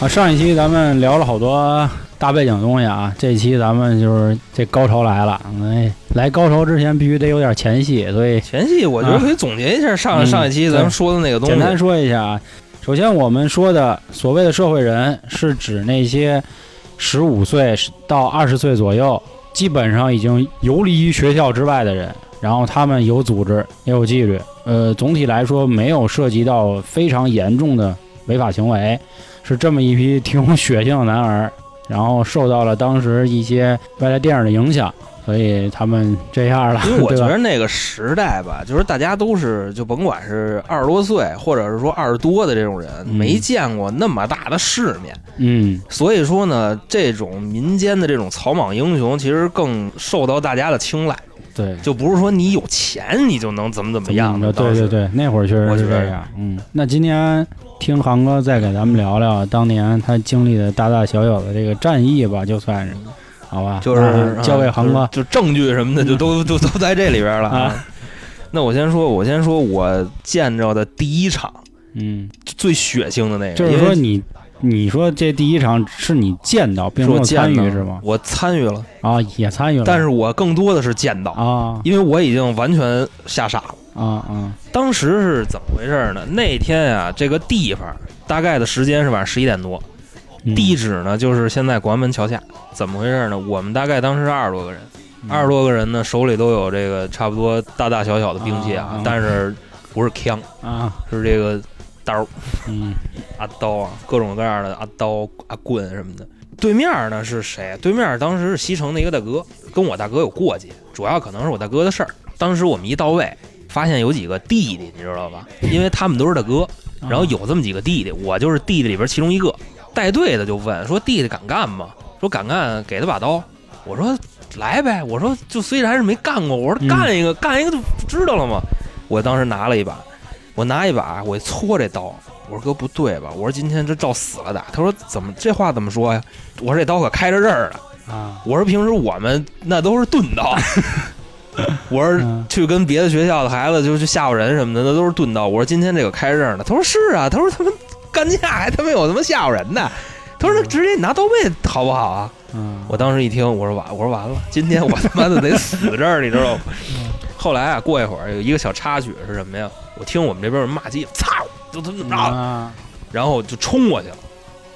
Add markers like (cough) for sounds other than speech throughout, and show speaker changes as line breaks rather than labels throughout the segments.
啊，上一期咱们聊了好多大背景的东西啊，这一期咱们就是这高潮来了。哎，来高潮之前必须得有点前戏，所以
前戏我觉得可以总结一下上、
嗯
上一期咱们说的那个东西
简，单说一下啊。首先，我们说的所谓的社会人，是指那些十五岁到二十岁左右，基本上已经游离于学校之外的人，然后他们有组织也有纪律，呃，总体来说没有涉及到非常严重的违法行为，是这么一批挺有血性的男儿，然后受到了当时一些外来电影的影响，所以他们这样了，
因为我
对
觉
吧？
得那个时代吧，就是大家都是就甭管是二十多岁，或者是说二十多的这种人，
嗯
没见过那么大的世面，
嗯，
所以说呢，这种民间的这种草莽英雄，其实更受到大家的青睐，
对。
就不是说你有钱你就能怎么怎么样的。
嗯对
当时
对，对，那会儿确实
我
是
觉得
这样。嗯，那今天听航哥再给咱们聊聊当年他经历的大大小小的这个战役吧，就算是，好吧？
就是
那
啊
嗯交给嗯航哥。
就是就证据什么的就都 (laughs) 都都在这里边了啊。那我先说，我先说我见着的第一场
嗯，
最血腥的那个，
就是
因
说
为
你，你说这第一场是你见到，并
是
没
我
有参
见
与
到
是吗？
我参与了，
啊，也参与了，
但是我更多的是见到，
啊
因为我已经完全吓傻了。
啊啊，
当时是怎么回事呢？那天啊，这个地方大概的时间是晚上十一点多，
嗯
地址呢就是现在广安门桥下。怎么回事呢？我们大概当时是二十多个人，
嗯
二十多个人呢手里都有这个差不多大大小小的兵器
啊
啊，但是不是枪，
啊，
是这个刀
嗯
啊刀啊，各种各样的啊刀啊棍什么的。对面呢是谁？啊对面当时是西城的一个大哥，跟我大哥有过节，主要可能是我大哥的事儿。当时我们一到位，发现有几个弟弟，你知道吧？因为他们都是大哥，
啊
然后有这么几个弟弟，我就是弟弟里边其中一个。带队的就问说：“弟弟敢干吗？”说：“敢干，给他把刀。”我说：“来呗。”我说：“就虽然是没干过，我
嗯
说干一个，干一个就知道了嘛。”我当时拿了一把，我拿一把，我一搓这刀，我说：“哥不对吧？”我说：“今天这照死了打。”他说：“怎么这话怎么说呀？”我说：“这刀可开着刃儿呢。
啊，”
我说：“平时我们那都是钝刀。”我说：“
嗯
去跟别的学校的孩子就去吓唬人什么的，那都是钝刀。我说今天这个开刃的，他说是啊，他说他们干架还他妈有他妈吓唬人的，他说那直接拿刀背好不好啊？
嗯
我当时一听，我说完，我说完了，今天我他妈的得死这儿，你知道吗？后来啊，过一会儿有一个小插曲是什么呀？我听我们这边有人骂街，操，就他么怎么着了，
啊，
然后就冲过去了，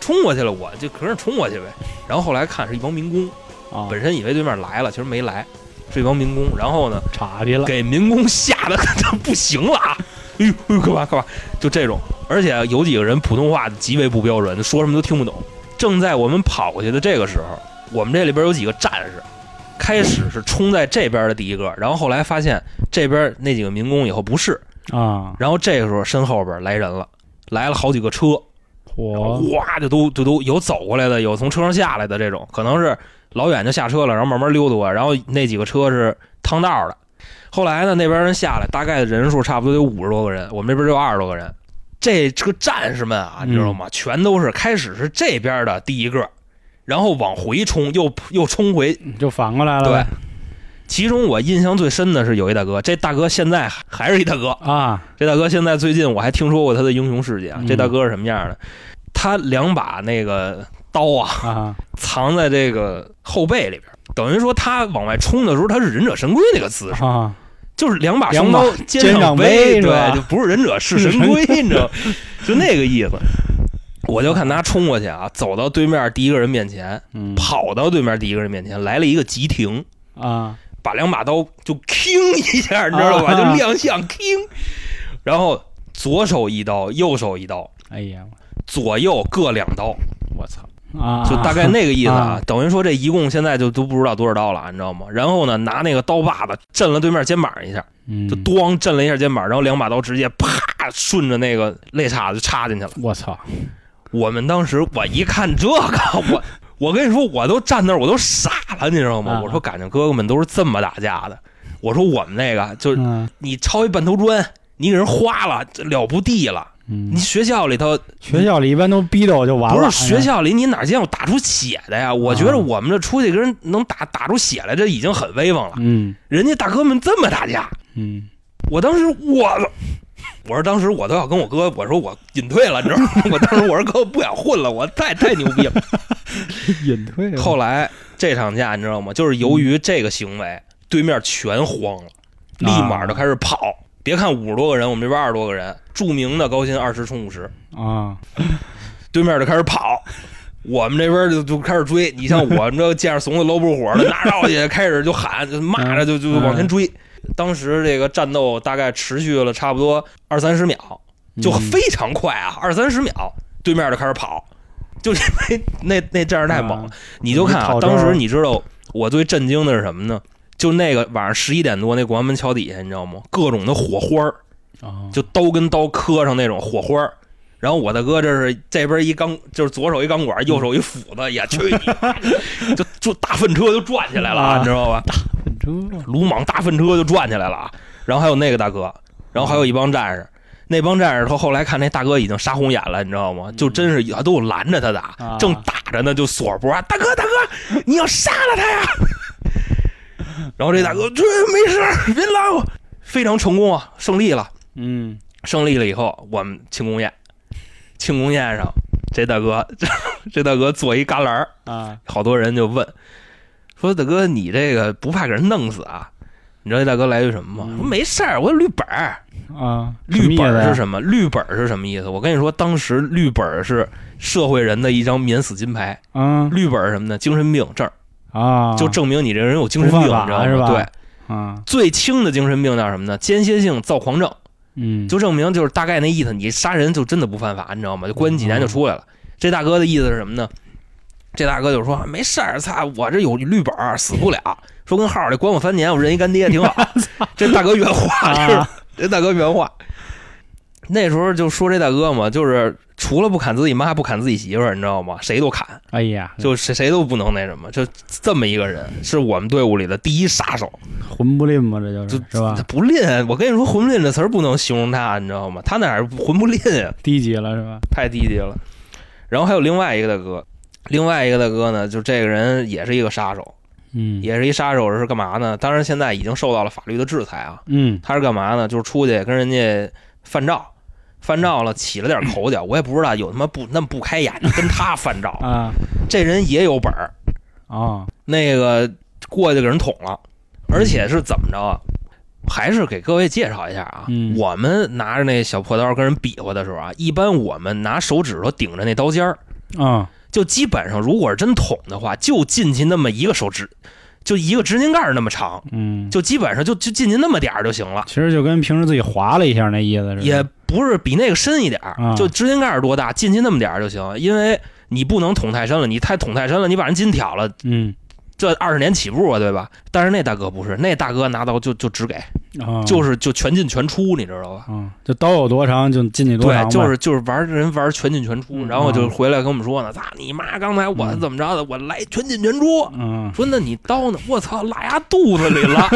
冲过去了，我就可是冲过去呗。然后后来看是一帮民工，
啊
本身以为对面来了，其实没来，是一帮民工。然后呢，
岔劈了，
给民工吓得都不行了啊！哎呦，哎呦干嘛干嘛？就这种，而且有几个人普通话极为不标准，说什么都听不懂。正在我们跑过去的这个时候，我们这里边有几个战士，开始是冲在这边的第一个，然后后来发现这边那几个民工以后不是，
啊，
然后这个时候身后边来人了，来了好几个车，
我
哇就都就都有走过来的，有从车上下来的这种，可能是老远就下车了，然后慢慢溜达过来，然后那几个车是趟道的。后来呢，那边人下来，大概人数差不多有五十多个人，我们这边就二十多个人。这这个战士们啊，
嗯
你知道吗？全都是开始是这边的第一个，然后往回冲，又又冲回。
就反过来了
对
呗，，
其中我印象最深的是有一大哥，这大哥现在还还是一大哥，
啊，
这大哥现在最近我还听说过他的英雄事迹啊
嗯。
这大哥是什么样的？他两把那个刀啊，
啊
藏在这个后背里边，等于说他往外冲的时候，他是忍者神龟那个姿势，
啊，
就是两把
两
双
把
刀
肩上
上
背是吧
对，就不是忍者是神龟，你知道吗，就那个意思。我就看他冲过去啊，走到对面第一个人面前，
嗯
跑到对面第一个人面前，来了一个急停，
啊，
把两把刀就 king 一下，你知道吧？
啊
就亮相 king，然后左手一刀，右手一刀，
哎呀，
左右各两刀，
我操啊！
就大概那个意思
啊
啊。等于说这一共现在就都不知道多少刀了，你知道吗？然后呢，拿那个刀把子震了对面肩膀一下，
(laughs) 嗯
就，咣震了一下肩膀，然后两把刀直接啪顺着那个肋叉子就插进去了。
我操，
我们当时我一看这个， (laughs) 我我跟你说，我都站那儿我都傻了，你知道
啊
吗？我说感情哥哥们都是这么打架的。我说我们那个就是
嗯
你抄一半头砖，你给人花了，这了不地了。
嗯
你，学校里头
学校里一般都逼着我就完
不
了，嗯
是学校里，你哪见过打出血的呀？我觉得我们这出去跟人能打打出血来，这已经很威风了。
嗯
(laughs) 人家大哥们这么打架，
嗯
我当时我我说当时我都要跟我哥，我说我隐退了，你知道吗？ (laughs) 我当时我说哥我不想混了，我太太牛逼了。
隐退了
后来这场架你知道吗？就是由于这个行为，对面全慌了，立马就开始跑。别看五十多个人，我们这边二十多个人，著名的高薪二十冲五十，
啊，
对面就开始跑，我们这边就就开始追。你像我们这见着怂的搂不住火的，拿着去开始就喊，就骂着就就往前追。当时这个战斗大概持续了差不多二三十秒，就
嗯
非常快啊，二三十秒，对面就开始跑，就是因为那那战士太猛了。你就看
套招
啊，当时你知道我最震惊的是什么呢？就那个晚上十一点多，那广安门桥底下，你知道吗？各种的火花儿，
啊，
就刀跟刀磕上那种火花儿。然后我大哥这是这边一钢，就是左手一钢管，右手一斧子，也去 (laughs) 你妈的，就就大粪车就转起来了啊，
啊
你知道吧？
很正常
鲁莽大粪车就转起来了啊。然后还有那个大哥，然后还有一帮战士，那帮战士他后来看那大哥已经杀红眼了，你知道吗？就真是都有拦着他
啊
打，正打着呢，就锁脖，啊大哥大哥，你要杀了他呀！然后这大哥这没事儿，别拉我，非常成功啊，胜利了，
嗯，
胜利了以后，我们庆功宴，庆功宴上这大哥这大哥做一旮旯儿。
啊，
好多人就问说：“大哥，你这个不怕给人弄死啊？”你知道这大哥来句什么吗？
嗯
说没事儿，我有绿本儿。
啊，
绿本儿是
么
什么？绿本儿是什么意思？我跟你说，当时绿本儿是社会人的一张免死金牌。
意思呀？
绿本儿是什么呢？精神病证儿，
啊啊，
嗯就证明你这人有精神病，
不
你知
犯
道
法
吗？
是吧
对，
啊，
最轻的精神病叫什么呢？间歇性躁狂症，
嗯，
就证明就是大概那意思，你杀人就真的不犯法，你知道吗？就关几年就出来了。
嗯
这大哥的意思是什么呢？这大哥就说没事儿，操，我这有绿本儿，死不了。 (laughs) 说跟号里关我三年，我认一干爹
(laughs)
挺好。这大哥原话就是，
啊
这大哥原话。那时候就说这大哥嘛，就是除了不砍自己妈，不砍自己媳妇儿，你知道吗？谁都砍，
哎呀，
就谁谁都不能那什么，就这么一个人，是我们队伍里的第一杀手。
魂不吝嘛，这就是
就是
吧
他？不吝，我跟你说“魂不吝”这词儿不能形容他，你知道吗？他哪儿魂不吝啊？
低级了是吧？
太低级了。然后还有另外一个大哥，另外一个大哥呢，就这个人也是一个杀手，
嗯，
也是一杀手是干嘛呢？当然现在已经受到了法律的制裁啊。
嗯
他是干嘛呢？就是出去跟人家犯照，犯照了起了点口角，我也不知道有他妈不那么不开眼的跟他犯 (laughs) 照，
啊
这人也有本儿，
啊
那个过去给人捅了，
嗯
而且是怎么着啊？还是给各位介绍一下啊，
嗯
我们拿着那小破刀跟人比划的时候啊，一般我们拿手指头顶着那刀尖儿，
啊
就基本上如果是真捅的话，就进去那么一个手指，就一个指甲盖儿那么长，
嗯，
就基本上就就进去那么点儿就行了，
其实就跟平时自己划了一下那意思
也
是吧，
不是比那个深一点儿
啊，
就指甲盖儿多大，进去那么点儿就行，因为你不能捅太深了，你太捅太深了，你把人筋挑了，
嗯
这二十年起步啊，对吧？但是那大哥不是，那大哥拿刀就就只给，
啊，
就是就全进全出，你知道吧？
啊，就刀有多长就进去多长呗，
对，就是就是玩人玩全进全出，
嗯
然后就回来跟我们说呢，操你妈！刚才我
嗯
怎么着的？我来全进全出，
嗯
说那你刀呢？我操，拉牙肚子里
(laughs)
了。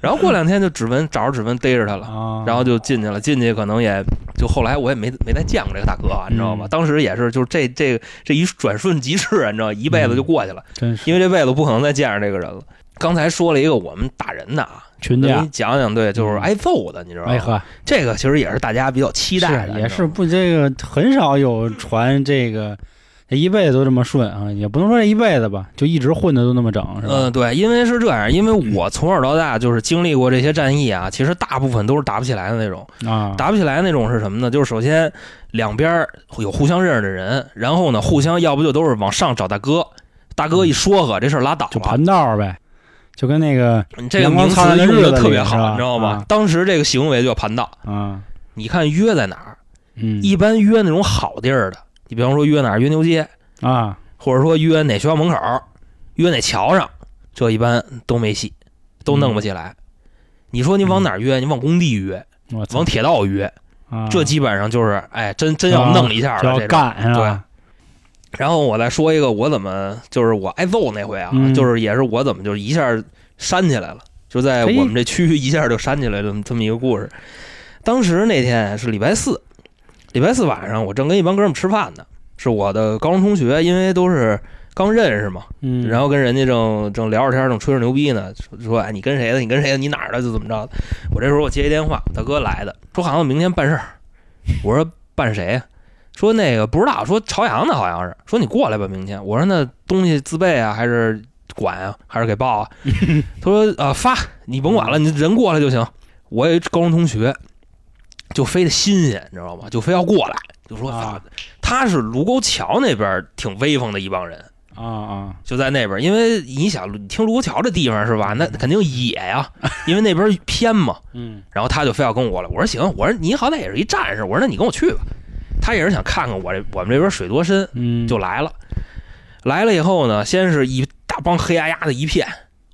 然后过两天就指纹找着指纹逮着他了，
啊，
然后就进去了。进去可能也就后来我也没没再见过这个大哥啊，你知道吗？
嗯
当时也是就是这这这一转瞬即逝，啊你知道吗，一辈
嗯
子就过去了。
真是
因为这辈子不可能再见着这个人了。刚才说了一个我们打人的啊，
群
我给
架
你，讲讲，对，就是
嗯
挨揍的，你知道
哎
吗？
呵，
这个其实也是大家比较期待的，
是也
你知道
是
吗
不这个很少有传这个。这一辈子都这么顺啊，也不能说这一辈子吧，就一直混的都那么整，是吧？
嗯，对，因为是这样，因为我从小到大就是经历过这些战役啊，其实大部分都是打不起来的那种。
啊，
嗯打不起来那种是什么呢？就是首先两边儿有互相认识的人，然后呢，互相要不就都是往上找大哥，大哥一说和这事儿拉倒
嗯就
了。
盘道儿呗，就跟那个
你这个
阳光
名词
灿烂的
用
日
的
子
特
里
别
是
好，
吧
你知道吗
啊？
当时这个行为就叫盘道。
啊，
你看约在哪儿？
嗯，
一般约那种好地儿的，你比方说约哪儿约牛街，
啊，
或者说约哪学校门口，约哪桥上，这一般都没戏，都弄不起来。你说你往哪儿约？你往工地约，
我操
往铁道约，
嗯啊
这基本上就是，哎，真真要弄一下
就
了这
要
种。
干是吧？
然后我再说一个，我怎么就是我挨揍那回啊，
嗯
就是也是我怎么就一下煽起来了，就在
嘿
我们这区域一下就煽起来了这么一个故事。当时那天是礼拜四，礼拜四晚上我正跟一帮哥们吃饭呢，是我的高中同学，因为都是刚认识嘛，
嗯，
然后跟人家正正聊着天儿，正吹着牛逼呢，说说哎你跟谁的？你跟谁的？你哪儿的？就怎么着的？我这时候我接一电话，大哥来的，说好像明天办事儿。我说办谁呀？说那个不知道，说朝阳的好像是，说你过来吧，明天。我说那东西自备啊，还是管啊，还是给报啊？他说啊、呃发，你甭管了，你人过来就行。我有一高中同学，就非得新鲜，你知道吗？就非要过来，就说、
啊
他是卢沟桥那边儿挺威风的一帮人。
啊啊，
就在那边儿，因为你想，你听卢沟桥这地方是吧？那肯定野呀，因为那边儿偏嘛。
嗯
然后他就非要跟我了，我说行，我说你好歹也是一战士，我说那你跟我去吧。他也是想看看我这我们这边水多深，
嗯，
就来了。来了以后呢，先是一大帮黑压压的一片，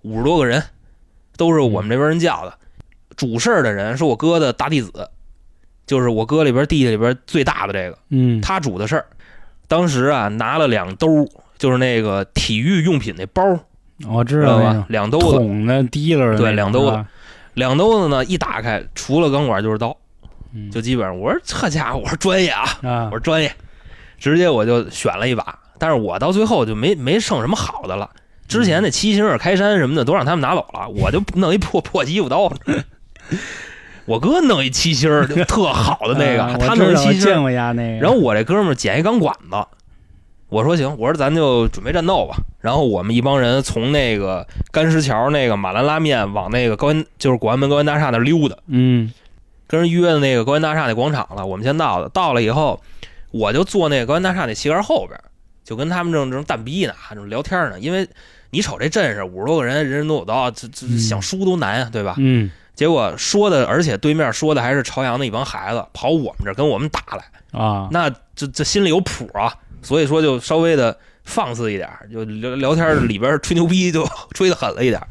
五十多个人，都是我们这边人叫的。主事儿的人是我哥的大弟子，就是我哥里边弟弟里边最大的这个。
嗯，
他主的事儿。当时啊，拿了两兜，就是那个体育用品那包，
我知
知
道
道
那
吧
种？
两兜子，
捅的滴溜儿的那种，
对两兜子
是吧，
两兜子呢，一打开，除了钢管就是刀，
嗯
就基本上。我说这家伙，我说专业啊，
啊
我，说专业，直接我就选了一把。但是我到最后就没没剩什么好的了。之前那七星儿开山什么的都让他们拿走了，我就弄一破破衣服刀。 (laughs) 我哥弄一七星儿就特好的那
啊
个，他
我知
弄一
道我
七星儿
见过呀那个，
然后我这哥们儿捡一钢管子，我说行，我说咱就准备战斗吧。然后我们一帮人从那个干石桥那个马兰拉面往那个高原，就是广安门高原大厦那儿溜达，
嗯
跟人约的那个高原大厦那广场了。我们先到的，到了以后，我就坐那个高原大厦那旗杆后边儿，就跟他们正正蛋逼呢，正聊天呢。因为你瞅这阵势，五十多个人，人人都有刀，这这
嗯
想输都难啊，对吧？
嗯
结果说的，而且对面说的还是朝阳的一帮孩子，跑我们这儿跟我们打来。
啊，
那这这心里有谱啊，所以说就稍微的放肆一点儿，就聊聊天儿里边儿吹牛逼就 (laughs) 吹的狠了一点儿。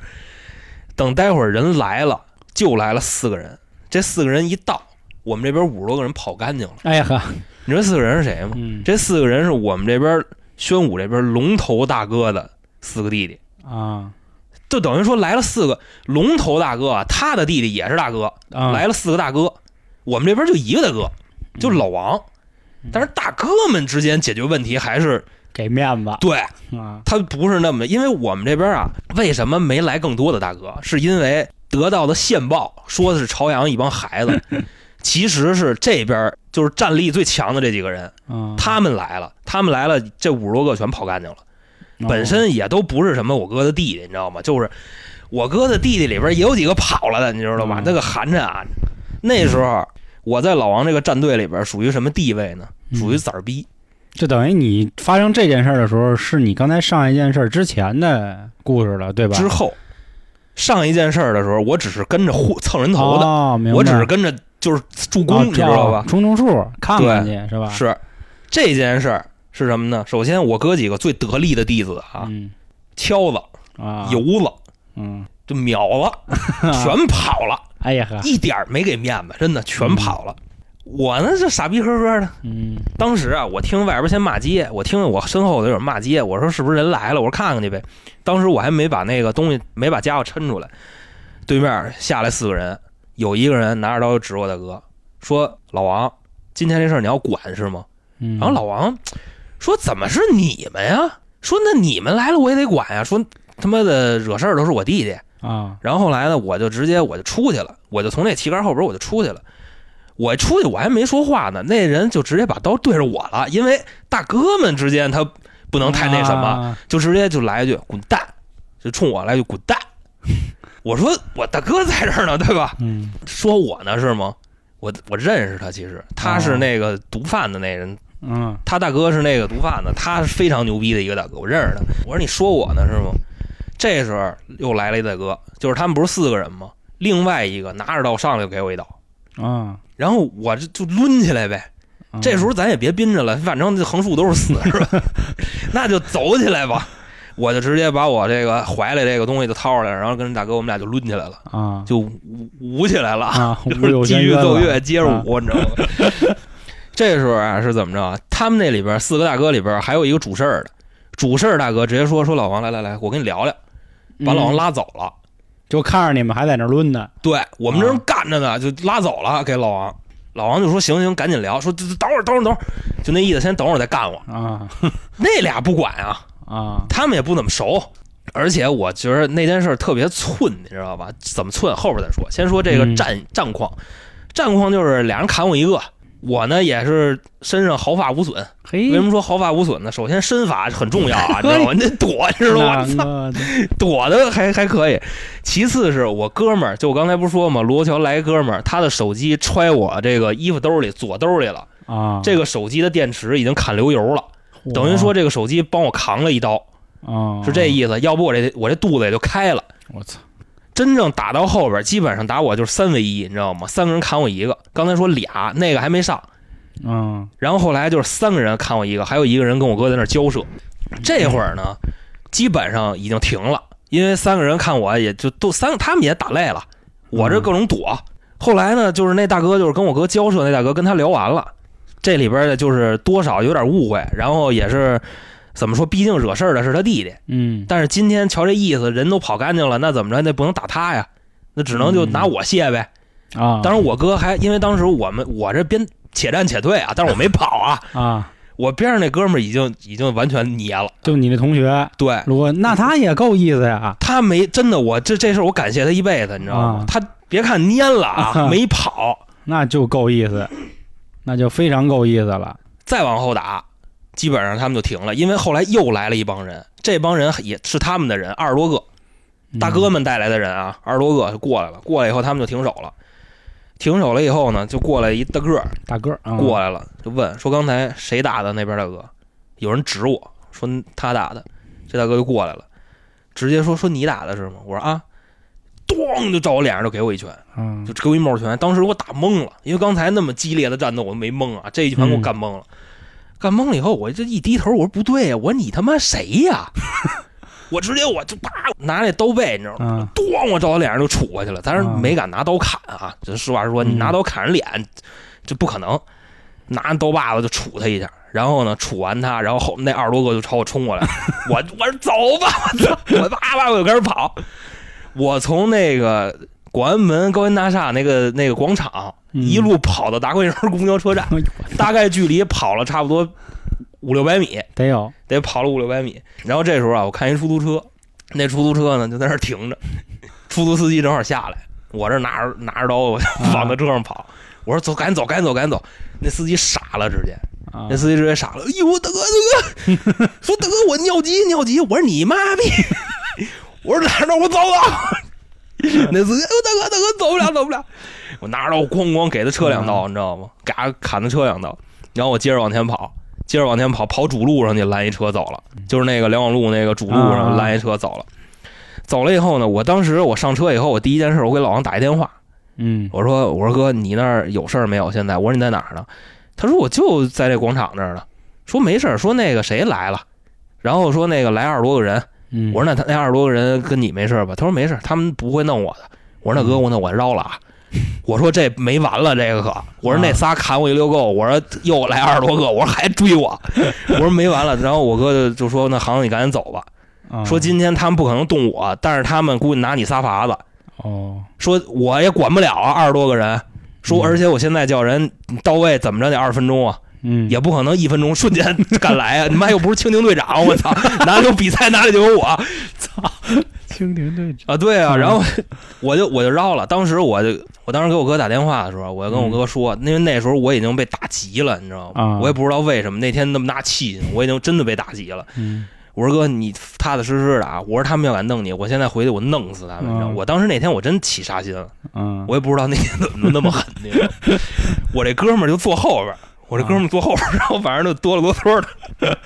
等待会儿人来了，就来了四个人，这四个人一到，我们这边五十多个人跑干净了。
哎呀呵，
你知道四个人是谁吗？
嗯
这四个人是我们这边宣武这边龙头大哥的四个弟弟，
啊
就等于说来了四个龙头大哥啊，他的弟弟也是大哥，
啊，
来了四个大哥，我们这边就一个大哥，就老王
嗯。
但是大哥们之间解决问题还是
给面子
对
啊，
他不是那么，因为我们这边啊，为什么没来更多的大哥？是因为得到的线报说的是朝阳一帮
(laughs)
孩子，其实是这边就是战力最强的这几个人，
嗯
他们来了，他们来了，这五十多个全跑干净了。
哦
本身也都不是什么我哥的弟弟，你知道吗？就是我哥的弟弟里边也有几个跑了的，你知道吗
嗯？
那个寒碜啊！那时候我在老王这个战队里边属于什么地位呢？
嗯
属于崽儿逼。
就等于你发生这件事儿的时候，是你刚才上一件事儿之前的故事了，对吧？
之后上一件事儿的时候，我只是跟着糊蹭人头的，
哦，明白
我只是跟着就是助攻，
哦
你知道吧？
种种树，看看去是吧？
是这件事儿是什么呢？首先，我哥几个最得力的弟子啊，
嗯
敲子、
啊，
油子、
嗯，
就秒了，全跑了。
(laughs) 哎呀呵，
一点儿没给面子，真的全跑了。我呢就傻逼呵呵的。
嗯
当时啊，我听外边先骂街，我听我身后有人骂街，我说是不是人来了？我说看看去呗。当时我还没把那个东西，没把家伙抻出来。对面下来四个人，有一个人拿着刀就指我大哥，说：“老王，今天这事儿你要管是吗？”
嗯，
然后老王说：“怎么是你们呀？说那你们来了我也得管呀。说他妈的惹事儿都是我弟弟。”
啊，
然后后来呢，我就直接我就出去了，我就从那旗杆后边我就出去了。我出去我还没说话呢，那人就直接把刀对着我了，因为大哥们之间他不
不
能太那什
啊
么，就直接就来一句“滚蛋”，就冲我来一句“滚蛋”。我说我大哥在这儿呢，对吧？
嗯
说我呢是吗？我我认识他，其实他是那个毒贩的那人，
嗯
他大哥是那个毒贩子，他是非常牛逼的一个大哥，我认识他。我说你说我呢是吗？这时候又来了一大哥，就是他们不是四个人吗？另外一个拿着刀上来就给我一刀，
啊，
然后我这就抡起来呗。
啊
这时候咱也别憋着了，反正这横竖都是死，是吧？那就走起来吧。我就直接把我这个怀里这个东西就掏出来，然后跟大哥我们俩就抡起来了，
啊
就舞舞起来了。
啊，
就
物有
是继
闲
续
渊
奏
了
乐，接着舞，你知道吗？ (laughs) 这时候啊是怎么着啊？他们那里边四个大哥里边还有一个主事儿的，主事儿大哥直接说说老王来来来，我跟你聊聊，把老王
嗯
拉走了。
就看着你们还在那儿抡呢，
对我们这人干着呢，就拉走了给老王。老王就说行行，赶紧聊，说这这等会儿等会儿等会儿，就那意思，先等会儿再干我。
啊
那俩不管啊， (laughs)
啊，
他们也不怎么熟，而且我觉得那件事儿特别寸，你知道吧？怎么寸后边再说，先说这个
嗯
战、战况，战况就是俩人砍我一个，我呢也是身上毫发无损。
嘿
为，什么说毫发无损呢？首先身法很重
(laughs)
要啊，你知道吗？你得躲，你知道吗？
那
操
个
(laughs) 躲的还还可以。其次是我哥们儿，就我刚才不是说嘛，罗桥来哥们儿，他的手机揣我这个衣服兜里左兜里了，
啊，
这个手机的电池已经砍流油了，
嚯
等于说这个手机帮我扛了一刀。
啊，
是这意思。要不我这我这肚子也就开了。
我操，
真正打到后边，基本上打我就是三 v 一，你知道吗？三个人砍我一个，刚才说俩，那个还没上。
嗯
然后后来就是三个人砍我一个，还有一个人跟我哥在那儿交涉。这会儿呢，基本上已经停了，因为三个人看我也就都三个，他们也打累了，我这各种躲。后来呢，就是那大哥就是跟我哥交涉，那大哥跟他聊完了，这里边的就是多少有点误会，然后也是怎么说，毕竟惹事儿的是他弟弟，
嗯，
但是今天瞧这意思，人都跑干净了，那怎么着？那不能打他呀，那只能就拿我卸呗。
嗯啊，
当然，我哥还因为当时我们我这边且战且退啊，但是我没跑啊，
啊，
我边上那哥们儿已经已经完全捏了。
就你那同学
对
罗，那他也够意思呀，
他没真的，我这这事儿我感谢他一辈子，你知道吗？
啊
他别看蔫了啊，
啊
没跑，
那就够意思，那就非常够意思了。
再往后打，基本上他们就停了，因为后来又来了一帮人，这帮人也是他们的人，二十多个。
嗯
大哥们带来的人啊，二十多个就过来了。过来以后，他们就停手了。停手了以后呢，就过来一大个儿
大哥啊
过来了，就问说刚才谁打的？那边大哥，有人指我说他打的，这大哥就过来了，直接说说你打的是吗？我说啊，咣就照我脸上就给我一拳，
嗯
就给我一帽拳。当时我打懵了，因为刚才那么激烈的战斗我都没懵啊，这一
嗯
拳给我干懵了。干懵了以后，我这一低头，我说不对啊呀、我说你他妈谁
(laughs)
呀、我直接我就啪拿那刀背，你知道吗？
啊
咣，我照我脸上就杵过去了。但是
啊
没敢拿刀砍啊，这实话实说，
嗯
你拿刀砍人脸，这不可能。拿刀把子就杵他一下，然后呢，杵完他，然后后那二十多个就朝我冲过来，我我说走吧，我操，我叭叭我就开始跑，我从那个广安门高新大厦那个那个广场
嗯
一路跑到达官营公交车站，
哎呦
大概距离跑了差不多五六百米，
得有
得跑了五六百米。然后这时候啊，我看一出租车，那出租车呢就在那儿停着，出租司机正好下来，我这拿着拿着刀，我就
啊
往他车上跑。我说走，赶紧走，赶紧走，赶紧走！那司机傻了，直接，
啊
那司机直接傻了。哎呦，大哥，大哥，说大哥，我尿急，尿急！我说你妈逼！我说哪儿呢？我走了。那司机，哎呦，大哥，大哥，走不了，走不了！我拿着刀咣咣给他车
嗯
两刀，你知道吗？嘎砍他车两刀，然后我接着往前跑，接着往前跑，跑主路上去拦一车走了，就是那个两广路那个主路
嗯
上
啊
拦一车走了。走了以后呢，我当时我上车以后，我第一件事我给老王打一电话，
嗯
我说我说哥，你那儿有事儿没有？现在我说你在哪儿呢？他说我就在这广场这儿呢。说没事儿，说那个谁来了，然后说那个来二十多个人。
嗯，
我说那他那二十多个人跟你没事儿吧？他说没事儿，他们不会弄我的。我说那
嗯
哥，我那我绕了啊。我说这没完了，这个可。我
啊
说那仨砍我一溜够，我说又来二十多个，我说还
(laughs)
追我，我说没完了。然后我哥就就说那行你赶紧走吧，
啊
说今天他们不可能动我，但是他们估计拿你仨法子，
哦
说我也管不了啊，二十多个人。说，
嗯
而且我现在叫人到位，怎么着得二十分钟啊，
嗯
也不可能一分钟瞬间赶来啊！你妈又不是青年队长，我操， (laughs) 哪里有比赛哪里就有我
蜻蜓队长
啊！对啊，
嗯
然后我就我就绕了。当时我就我当时给我哥打电话的时候，我就跟我哥说，因为那时候我已经被打急了，你知道吗
嗯啊？
我也不知道为什么那天那么大气性，我已经真的被打急了。
嗯
我说哥，你踏踏实实的啊！我说他们要敢弄你，我现在回去我弄死他们！你知道吗
嗯
我当时那天我真起杀心啊了。
嗯
我也不知道那天怎么那么狠呢。我这哥们儿就坐后边儿，我这哥们儿坐后边儿，然后反正就哆了哆嗦的。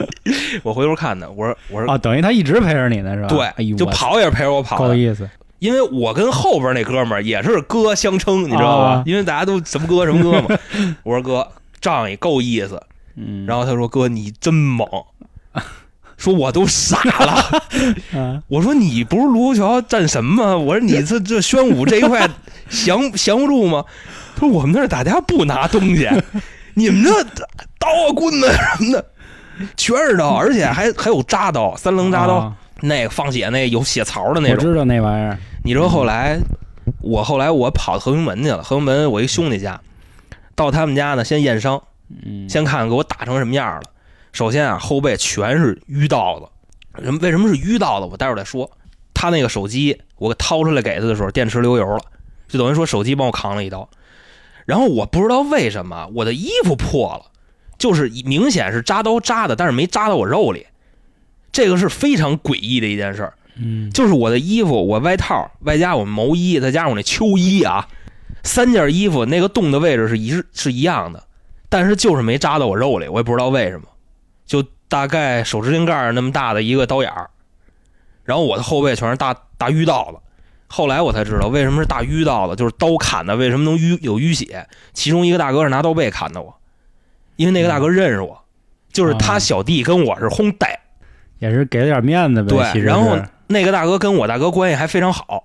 (laughs) 我回头看他，我说我说、
啊，等于他一直陪着你呢是吧？哎
对，
呦
就
我操
跑也是陪着我跑
够
的，
意思
因为我跟后边那哥们儿也是哥相称，你知道吧
啊？
因为大家都什么哥什么哥嘛。 (laughs) 我说哥，仗义够意思。
嗯，
然后他说哥你真猛，说我都傻了。
后啊
我说你不是卢沟桥战神吗？我说你这这宣武这一
(laughs)
块降降不住吗？他说我们那儿打架不拿东西，你们这刀啊棍子什么的全是刀，而且还还有扎刀，三棱扎刀，
嗯啊
那个放血那有血槽的那
我
种。
知道那玩意儿
你知道后来我后来我跑和平门去了，和平门我一兄弟家，到他们家呢先验伤，
嗯
先看看给我打成什么样了。首先啊后背全是淤刀子，人为什么是淤到的？我待会儿再说。他那个手机，我掏出来给他的时候，电池流油了，就等于说手机帮我扛了一刀。然后我不知道为什么我的衣服破了，就是明显是扎刀扎的，但是没扎到我肉里。这个是非常诡异的一件事儿，
嗯，
就是我的衣服，我外套，外加我毛衣，再加上我那秋衣啊，三件衣服那个洞的位置是一是一样的，但是就是没扎到我肉里，我也不知道为什么，就大概手指甲盖儿那么大的一个刀眼儿，然后我的后背全是大大淤道了。后来我才知道为什么是大淤道了，就是刀砍的，为什么能淤有淤血？其中一个大哥是拿刀背砍的我，因为那个大哥认识我，就是他
啊
小弟跟我是轰逮。
也是给了点面子呗。
对
其实是
然后那个大哥跟我大哥关系还非常好，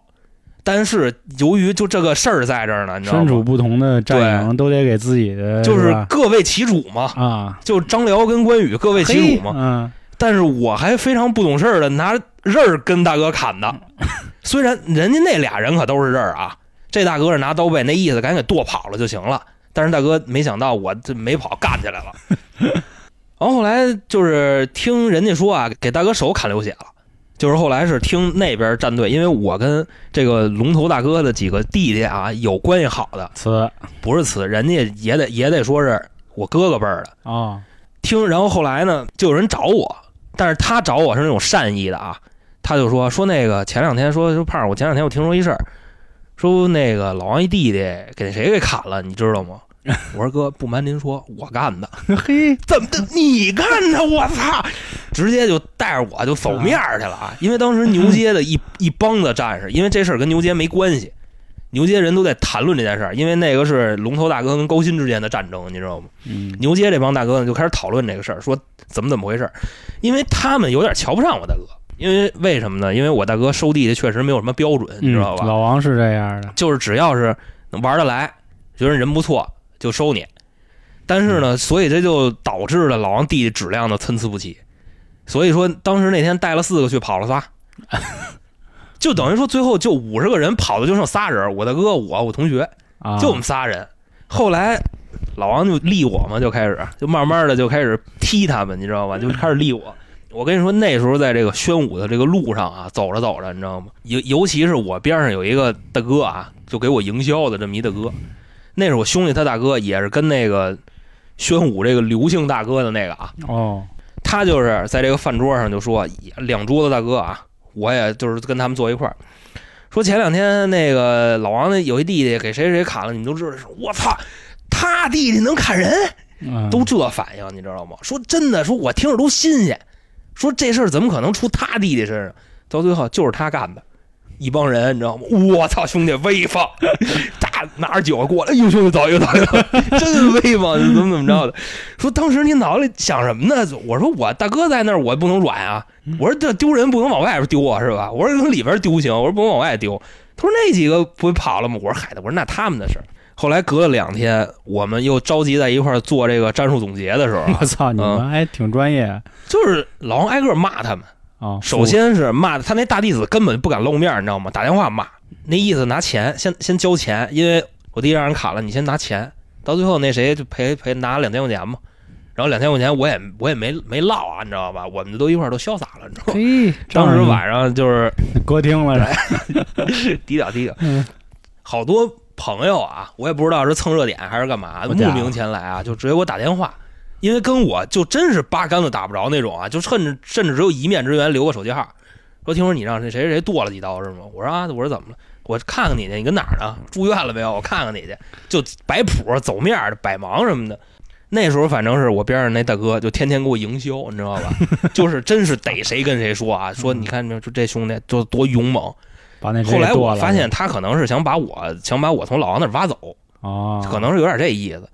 但是由于就这个事儿在这儿呢，你知道
身处
吗？
不同的战营，都得给自己的
就是是
吧
各为其主嘛，
啊，
就张辽跟关羽各为其
嘿
主嘛。
嗯，
但是我还非常不懂事儿的拿刃儿跟大哥砍的， (laughs) 虽然人家那俩人可都是刃儿啊，这大哥是拿刀背，那意思赶紧给剁跑了就行了。但是大哥没想到我这没跑，干起来了。然后后来就是听人家说啊，给大哥手砍流血了。就是后来是听那边战队，因为我跟这个龙头大哥的几个弟弟啊有关系好的，
词
不是词，人家也得也得说是我哥哥辈儿的。
啊，
听，然后后来呢，就有人找我，但是他找我是那种善意的啊，他就说说那个前两天说说胖儿，我前两天我听说一事儿，说那个老王一弟弟给谁给砍了，你知道吗？我说哥，不瞒您说，我干的，
(laughs) 嘿，
怎么的？你干的？我操！直接就带着我就走面儿去了啊！因为当时牛街的一一帮子战士，因为这事儿跟牛街没关系，牛街人都在谈论这件事儿，因为那个是龙头大哥跟高鑫之间的战争，你知道吗？
嗯，
牛街这帮大哥呢就开始讨论这个事儿，说怎么怎么回事儿，因为他们有点瞧不上我大哥，因为为什么呢？因为我大哥收弟弟确实没有什么标准，你知道
嗯
吧？
老王是这样的，
就是只要是能玩得来，觉得人不错就收你。但是呢，所以这就导致了老王弟弟质量的参差不齐。所以说，当时那天带了四个去，跑了仨， (laughs) 就等于说最后就五十个人跑的就剩仨人，我大哥、我、我同学，
啊，
就我们仨人。后来老王就立我嘛，就开始就慢慢的就开始踢他们，你知道吧？就开始立我。我跟你说，那时候在这个宣武的这个路上啊，走着走着，你知道吗？尤尤其是我边上有一个大哥啊，就给我营销的这么一大哥，那是我兄弟他大哥，也是跟那个宣武这个刘姓大哥的那个啊，
哦，
他就是在这个饭桌上就说，两桌子大哥啊，我也就是跟他们坐一块儿，说前两天那个老王那有一弟弟给谁谁砍了，你们都知道，说我操，他弟弟能砍人，
嗯
都这反应，你知道吗？说真的，说我听着都新鲜，说这事儿怎么可能出他弟弟身上？到最后就是他干的，一帮人你知道吗？我操，兄弟威风， (laughs) 大拿着酒过来，哎呦兄弟走，又走又走，真威风，怎么怎么着的？说当时你脑子里想什么呢？我说我大哥在那儿，我不能软啊，我说这丢人不能往外边丢啊，是吧？我说从里边丢行，我说不能往外丢。他说那几个不跑了吗？我说嗨的，我说那他们的事儿。后来隔了两天，我们又召集在一块儿做这个战术总结的时候
(laughs)
啊
我，操，你们还挺专业啊
就是老王挨个骂他们。，
哦
首，先是骂他那大弟子根本不敢露面，你知道吗？打电话骂，那意思拿钱，先先交钱，因为我弟让人砍了，你先拿钱。到最后那谁就赔赔拿两千块钱嘛，然后两千块钱我也我也没没落啊，你知道吧？我们都一块儿都潇洒了，你知道吗？
嘿，
当时
仗义
晚上就是
歌厅了是吧，
(laughs) 低调低调，
嗯
好多朋友啊，我也不知道是蹭热点还是干嘛，
好
慕
家伙
名前来啊，就直接给我打电话，因为跟我就真是八竿子打不着那种啊，就趁着甚至只有一面之缘，留个手机号，说听说你让谁谁谁剁了几刀是吗？我说啊，我说怎么了？我看看你去，你跟哪儿呢？住院了没有？我看看你去，就摆谱走面儿摆忙什么的。那时候反正是我边上那大哥就天天给我营销，你知道吧？ (laughs) 就是真是逮谁跟谁说啊，说你看就这兄弟就多勇猛，
把那
后来
剁
我
了，
发现他可能是想把我想把我从老王那儿挖走，
哦，
可能是有点这意思。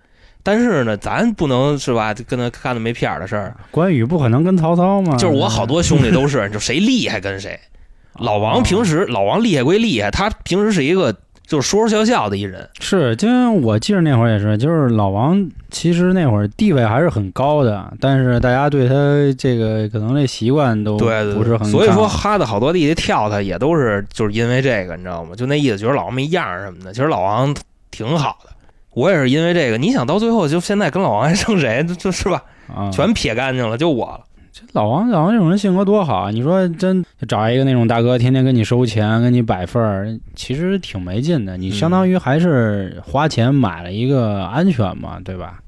但是呢，咱不能是吧？就跟他干的没屁眼儿的事儿，
关羽不可能跟曹操嘛，
就是我好多兄弟都是，就谁厉害跟
啊
谁。
嗯
老王平
时
时老王厉害归厉害，他平时是一个就是说说笑笑的一人，
是，就像我记着那会儿也是，就是老王其实那会儿地位还是很高的，但是大家对他这个可能这习惯都
对对
哦不是很啊看好，
所以说哈的好多弟弟跳他也都是就是因为这个，你知道吗？就那意思，觉得老王没样儿什么的。其实老王挺好的，我也是因为这个。你想到最后，就现在跟老王还剩谁？就就是吧，
啊
全撇干净了，就我了。
这老王老王这种人性格多好啊！你说真找一个那种大哥，天天跟你收钱，跟你摆份儿，其实挺没劲的。你
嗯
相当于还是花钱买了一个安全嘛，对吧？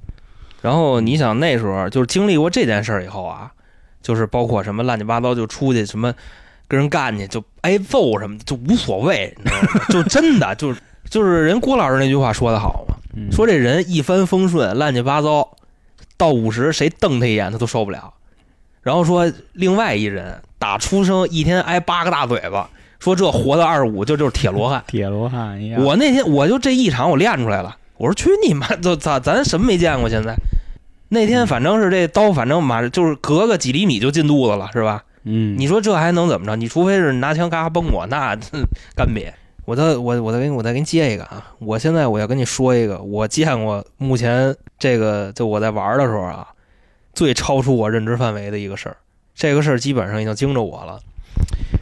然后你想那时候就是经历过这件事儿以后啊，就是包括什么乱七八糟就出去什么跟人干去，就挨揍什么的就无所谓，你知道吗？就真的就是就是人郭老师那句话说的好嘛， (laughs)
嗯、
说这人一帆风顺，乱七八糟，到五十谁瞪他一眼他都受不了。然后说另外一人打出生一天挨八个大嘴巴，说这活到二十五就就是铁罗汉。
铁罗汉一样，
我那天我就这一场我练出来了，我说去你妈，就咱咱什么没见过现在。那天反正是这刀，反正马就是隔个几厘米就进肚子了，是吧？
嗯，
你说这还能怎么着？你除非是拿枪嘎崩我，那 (laughs) 干瘪。我再我我再给你我再给你接一个啊！我现在我要跟你说一个，我见过目前这个就我在玩的时候啊，最超出我认知范围的一个事儿。这个事儿基本上已经惊着我了。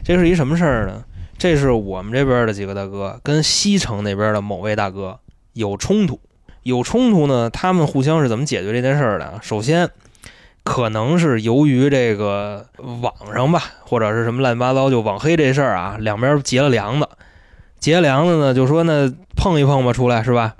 这是一什么事儿呢？这是我们这边的几个大哥跟西城那边的某位大哥有冲突，有冲突呢，他们互相是怎么解决这件事儿的啊？首先，可能是由于这个网上吧，或者是什么乱七八糟就网黑这事儿啊，两边结了梁子，结了梁子呢，就说那碰一碰吧，出来是吧？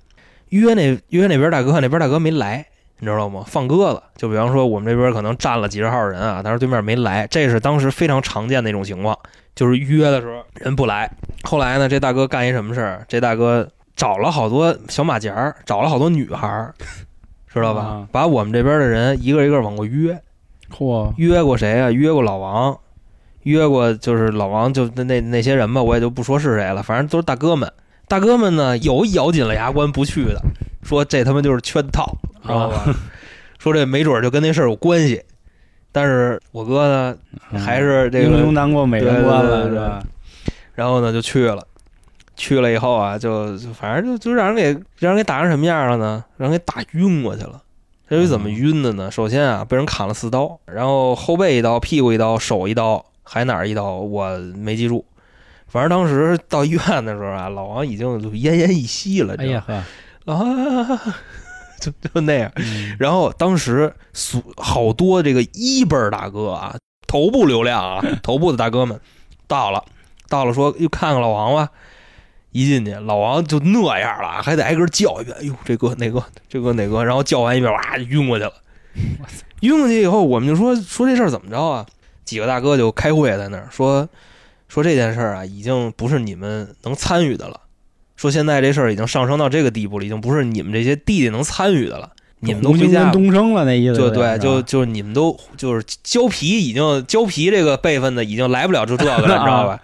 约那约那边大哥，那边大哥没来，你知道吗？放鸽子，就比方说我们这边可能站了几十号人啊，但是对面没来，这是当时非常常见的一种情况，就是约的时候人不来。后来呢，这大哥干一什么事儿？这大哥找了好多小马甲儿，找了好多女孩儿，知道吧
啊？
把我们这边的人一个一个往过约，
嚯，
约过谁啊？约过老王，约过就是老王就那那那些人吧，我也就不说是谁了，反正都是大哥们。大哥们呢，有咬紧了牙关不去的，说这他妈就是圈套，知道吧？
啊
说这没准儿就跟那事儿有关系。但是我哥呢，
嗯
还是这
英
个
雄，难过美人关了，
对对对
是吧？
然后呢就去了。去了以后啊，就就反正就就让人给让人给打成什么样了呢？让人给打晕过去了。这是怎
哦
么晕的呢？首先啊，被人砍了四刀，然后后背一刀，屁股一刀，手一刀，还哪儿一刀，我没记住。反正当时到医院的时候啊，老王已经就奄奄一息了，
哎呀呵，
老王、啊、就就那样。
嗯
然后当时所好多这个一辈儿大哥啊，头部流量啊，头部的大哥们 (laughs) 到了，到了说又看看老王吧。一进去，老王就那样了，还得挨个叫一遍。哟，这哥哪个，这哥哪个，然后叫完一遍，哇，就晕过去了。晕过去以后，我们就说说这事儿怎么着啊？几个大哥就开会在那儿说说这件事儿啊，已经不是你们能参与的了。说现在这事儿已经上升到这个地步了，已经不是你们这些弟弟能参与的了。你们都
红
回
军
家
跟
吧
东升了那意思
就
有
对，
点，
就是
吧
就是你们都就是胶皮已经胶皮这个辈分的已经来不了就这个了，你
(laughs)
知
啊
道吧？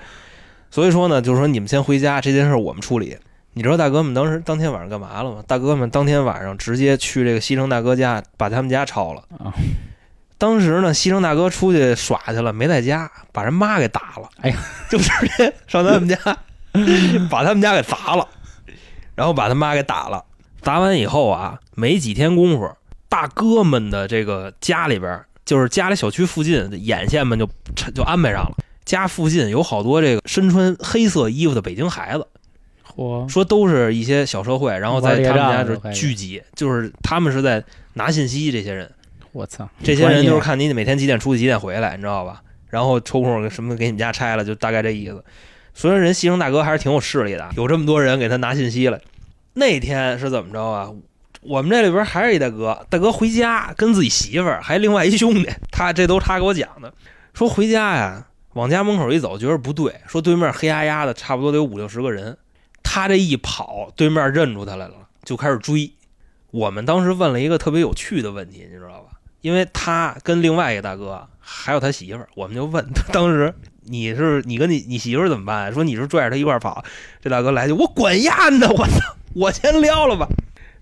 所以说呢，就是说你们先回家，这件事儿我们处理。你知道大哥们当时当天晚上干嘛了吗？大哥们当天晚上直接去这个西城大哥家，把他们家抄了
啊。
当时呢，西城大哥出去耍去了，没在家，把人妈给打了。
哎呀，
就直接上他们家，把他们家给砸了，然后把他妈给打了。砸完以后啊，没几天功夫，大哥们的这个家里边儿，就是家里小区附近的眼线们就就安排上了。家附近有好多这个身穿黑色衣服的北京孩子，
嚯，
说都是一些小社会，然后在他们家就是聚集，就是他们是在拿信息。这些人，
我操，
这些人就是
专业
看你每天几点出去，几点回来，你知道吧？然后抽空什么给你们家拆了，就大概这意思。所以人西城大哥还是挺有势力的，有这么多人给他拿信息了。那天是怎么着啊？我们这里边还是一大哥，大哥回家跟自己媳妇儿还另外一兄弟，他这都是他给我讲的，说回家呀，往家门口一走，觉得不对，说对面黑压压的，差不多得有五六十个人，他这一跑，对面认出他来了，就开始追。我们当时问了一个特别有趣的问题，你知道吧？因为他跟另外一个大哥还有他媳妇儿，我们就问他当时你是你跟你你媳妇儿怎么办啊、说你是拽着他一块儿跑，这大哥来就我管丫呢，我操，我先撂了吧。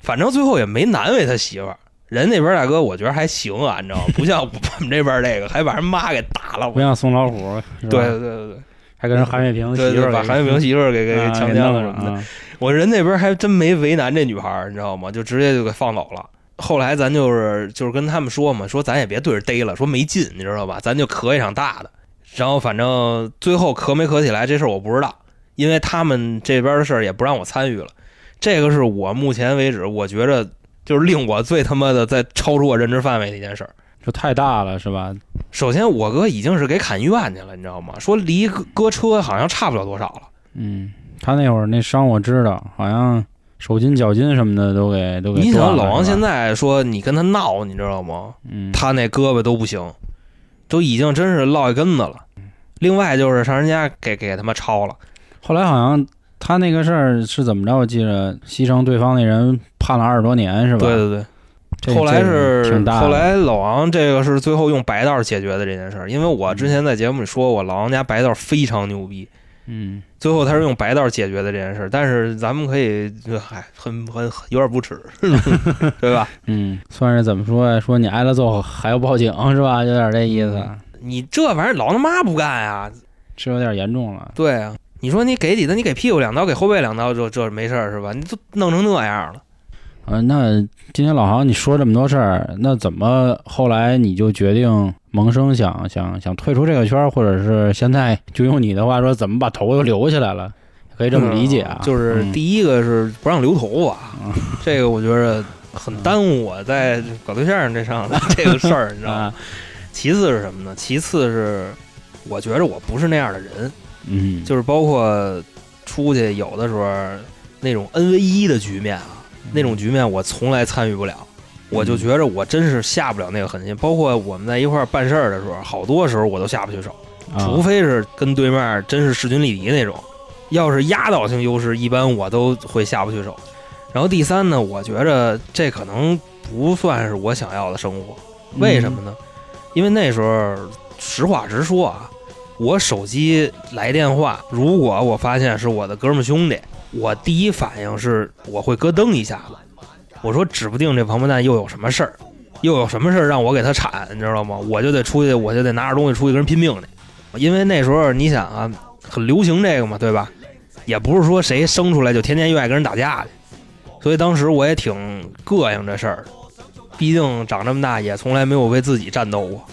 反正最后也没难为他媳妇儿，人那边大哥我觉得还行啊，你知道吗？不像 (laughs) 我们这边这个还把人妈给打了，
不
我
像宋老虎，是吧
(laughs) 对对对对。
还跟人韩月平
对
媳妇
对，
儿
把
给
韩月平媳妇儿给给
啊
给强
给
奸
弄
了什
上
么的。
啊
我人那边还真没为难这女孩儿，你知道吗？就直接就给放走了。后来咱就是就是跟他们说嘛，说咱也别对着逮了，说没劲，你知道吧？咱就咳一场大的。然后反正最后咳没咳起来这事儿我不知道，因为他们这边的事儿也不让我参与了。这个是我目前为止我觉着就是令我最他妈的在超出我认知范围的一件事儿。
这太大了是吧？
首先，我哥已经是给砍医院去了，你知道吗？说离搁搁车好像差不了多少了。
嗯，他那会儿那伤我知道，好像手筋脚筋什么的都给都给
你想
断了
老王
是吧
现在说你跟他闹，你知道吗？
嗯，
他那胳膊都不行，都已经真是落一根子了。另外就是上人家给给他妈抄了，
后来好像他那个事儿是怎么着？我记着牺牲对方那人判了二十多年是吧？
对对
这
对。后来
这个
是
挺大的，
后来老王这个是最后用白道解决的这件事儿，因为我之前在节目里说过，老王家白道非常牛逼，
嗯，
最后他是用白道解决的这件事儿。但是咱们可以，嗨，很很很有点不耻， (laughs) 对吧？
嗯，算是怎么说呀？说你挨了揍还要报警是吧？有点这意思，
你这玩意儿老他妈不干呀、
是有点严重了。
对啊，你说你给底子，你给屁股两刀，给后背两刀，这这没事儿是吧？你都弄成那样了，
呃，那今天老航你说这么多事儿，那怎么后来你就决定萌生想想想退出这个圈儿，或者是现在就用你的话说，怎么把头又留起来了？可以这么理解啊？
嗯就是
嗯
第一个是不让留头发，
嗯
(laughs) 这个我觉着很耽误我在搞对象这上 (laughs) 的这个事儿，你知道吗？
啊，
其次是什么呢？其次是我觉着我不是那样的人，
嗯，
就是包括出去有的时候那种 N v 一的局面啊，
嗯
那种局面我从来参与不了。我就觉着我真是下不了那个狠心，包括我们在一块儿办事儿的时候，好多时候我都下不去手。
啊
除非是跟对面真是势均力敌那种，要是压倒性优势，一般我都会下不去手。然后第三呢，我觉着这可能不算是我想要的生活，
嗯
为什么？呢？因为那时候实话直说啊，我手机来电话，如果我发现是我的哥们儿兄弟，我第一反应是我会咯噔一下子，我说指不定这王八蛋又有什么事儿，又有什么事儿让我给他铲，你知道吗？我就得出去，我就得拿着东西出去跟人拼命去。因为那时候你想啊，很流行这个嘛，对吧？也不是说谁生出来就天天又爱跟人打架去，所以当时我也挺膈应这事儿的。毕竟长这么大也从来没有为自己战斗过，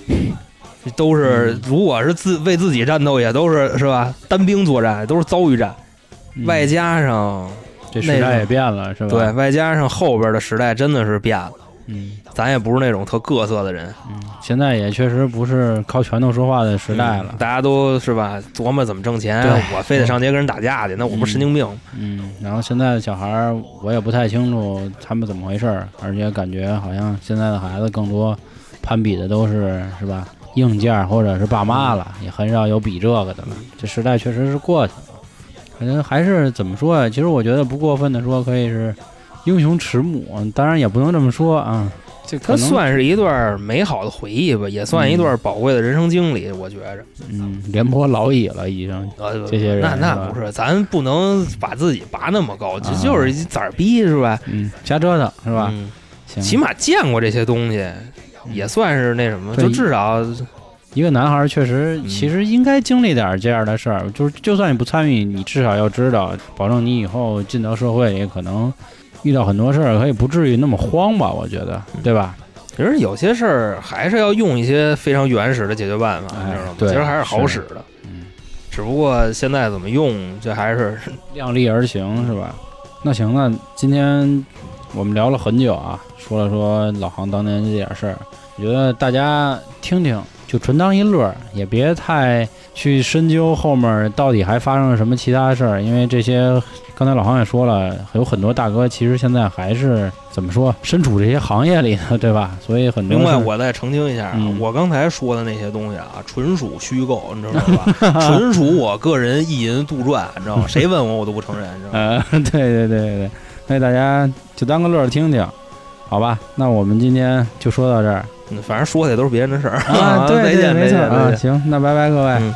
都是
嗯
如果是自为自己战斗，也都是是吧？单兵作战都是遭遇战，
嗯
外加上
这
那
时代
个
也变了，是吧？
对，，外加上后边的时代真的是变了，
嗯
咱也不是那种特各色的人，
嗯，现在也确实不是靠拳头说话的时代了
嗯。大家都是吧琢磨怎么挣钱
对，
我非得上街跟人打架去，那我不是神经病吗？
嗯，然后现在的小孩儿，我也不太清楚他们怎么回事儿，而且感觉好像现在的孩子更多攀比的都是是吧硬件儿或者是爸妈了，也很少有比这个的了。这时代确实是过去了，可能还是怎么说呀、其实我觉得不过分的说，可以是英雄迟暮，当然也不能这么说啊。这可
它
能
算是一段美好的回忆吧，也算一段宝贵的人生经历，我觉着。
嗯，廉颇老矣了，已经
呃，
这些人
那
是吧
那不是，咱不能把自己拔那么高，这
啊
就是一崽儿逼是吧？
嗯瞎折腾是
是
吧？？行，嗯
起码见过这些东西，也算是那什么，
对
就至少
一个男孩儿确实，
嗯
其实应该经历点儿这样的事儿，就是就算你不参与，你至少要知道，保证你以后进到社会里，可能遇到很多事儿，可以不至于那么慌吧？我觉得，对吧？
其实有些事儿还是要用一些非常原始的解决办法，
哎
你知道吗？
对
其实还是好使的，
嗯，
只不过现在怎么用，这还是
量力而行是吧？那行，那今天我们聊了很久啊，说了说老航当年这点事儿，我觉得大家听听就纯当一乐儿，也别太去深究后面到底还发生了什么其他事儿，因为这些刚才老航也说了，有很多大哥其实现在还是怎么说，身处这些行业里呢，对吧？所以很多
另外，
事儿
我再澄清一下啊，
嗯
我刚才说的那些东西啊，纯属虚构，你知
(laughs)
道吧？纯属我个人意淫杜撰，你知道吗？谁问我，我都不承认，你知道吗？
呃，对对对对对，那大家就当个乐儿听听，好吧？那我们今天就说到这儿。
嗯反正说的也都是别人的事儿
啊，对
再
对，
见，
没
(laughs)
错
再见，再
啊，
见。
行，那拜拜各位。
嗯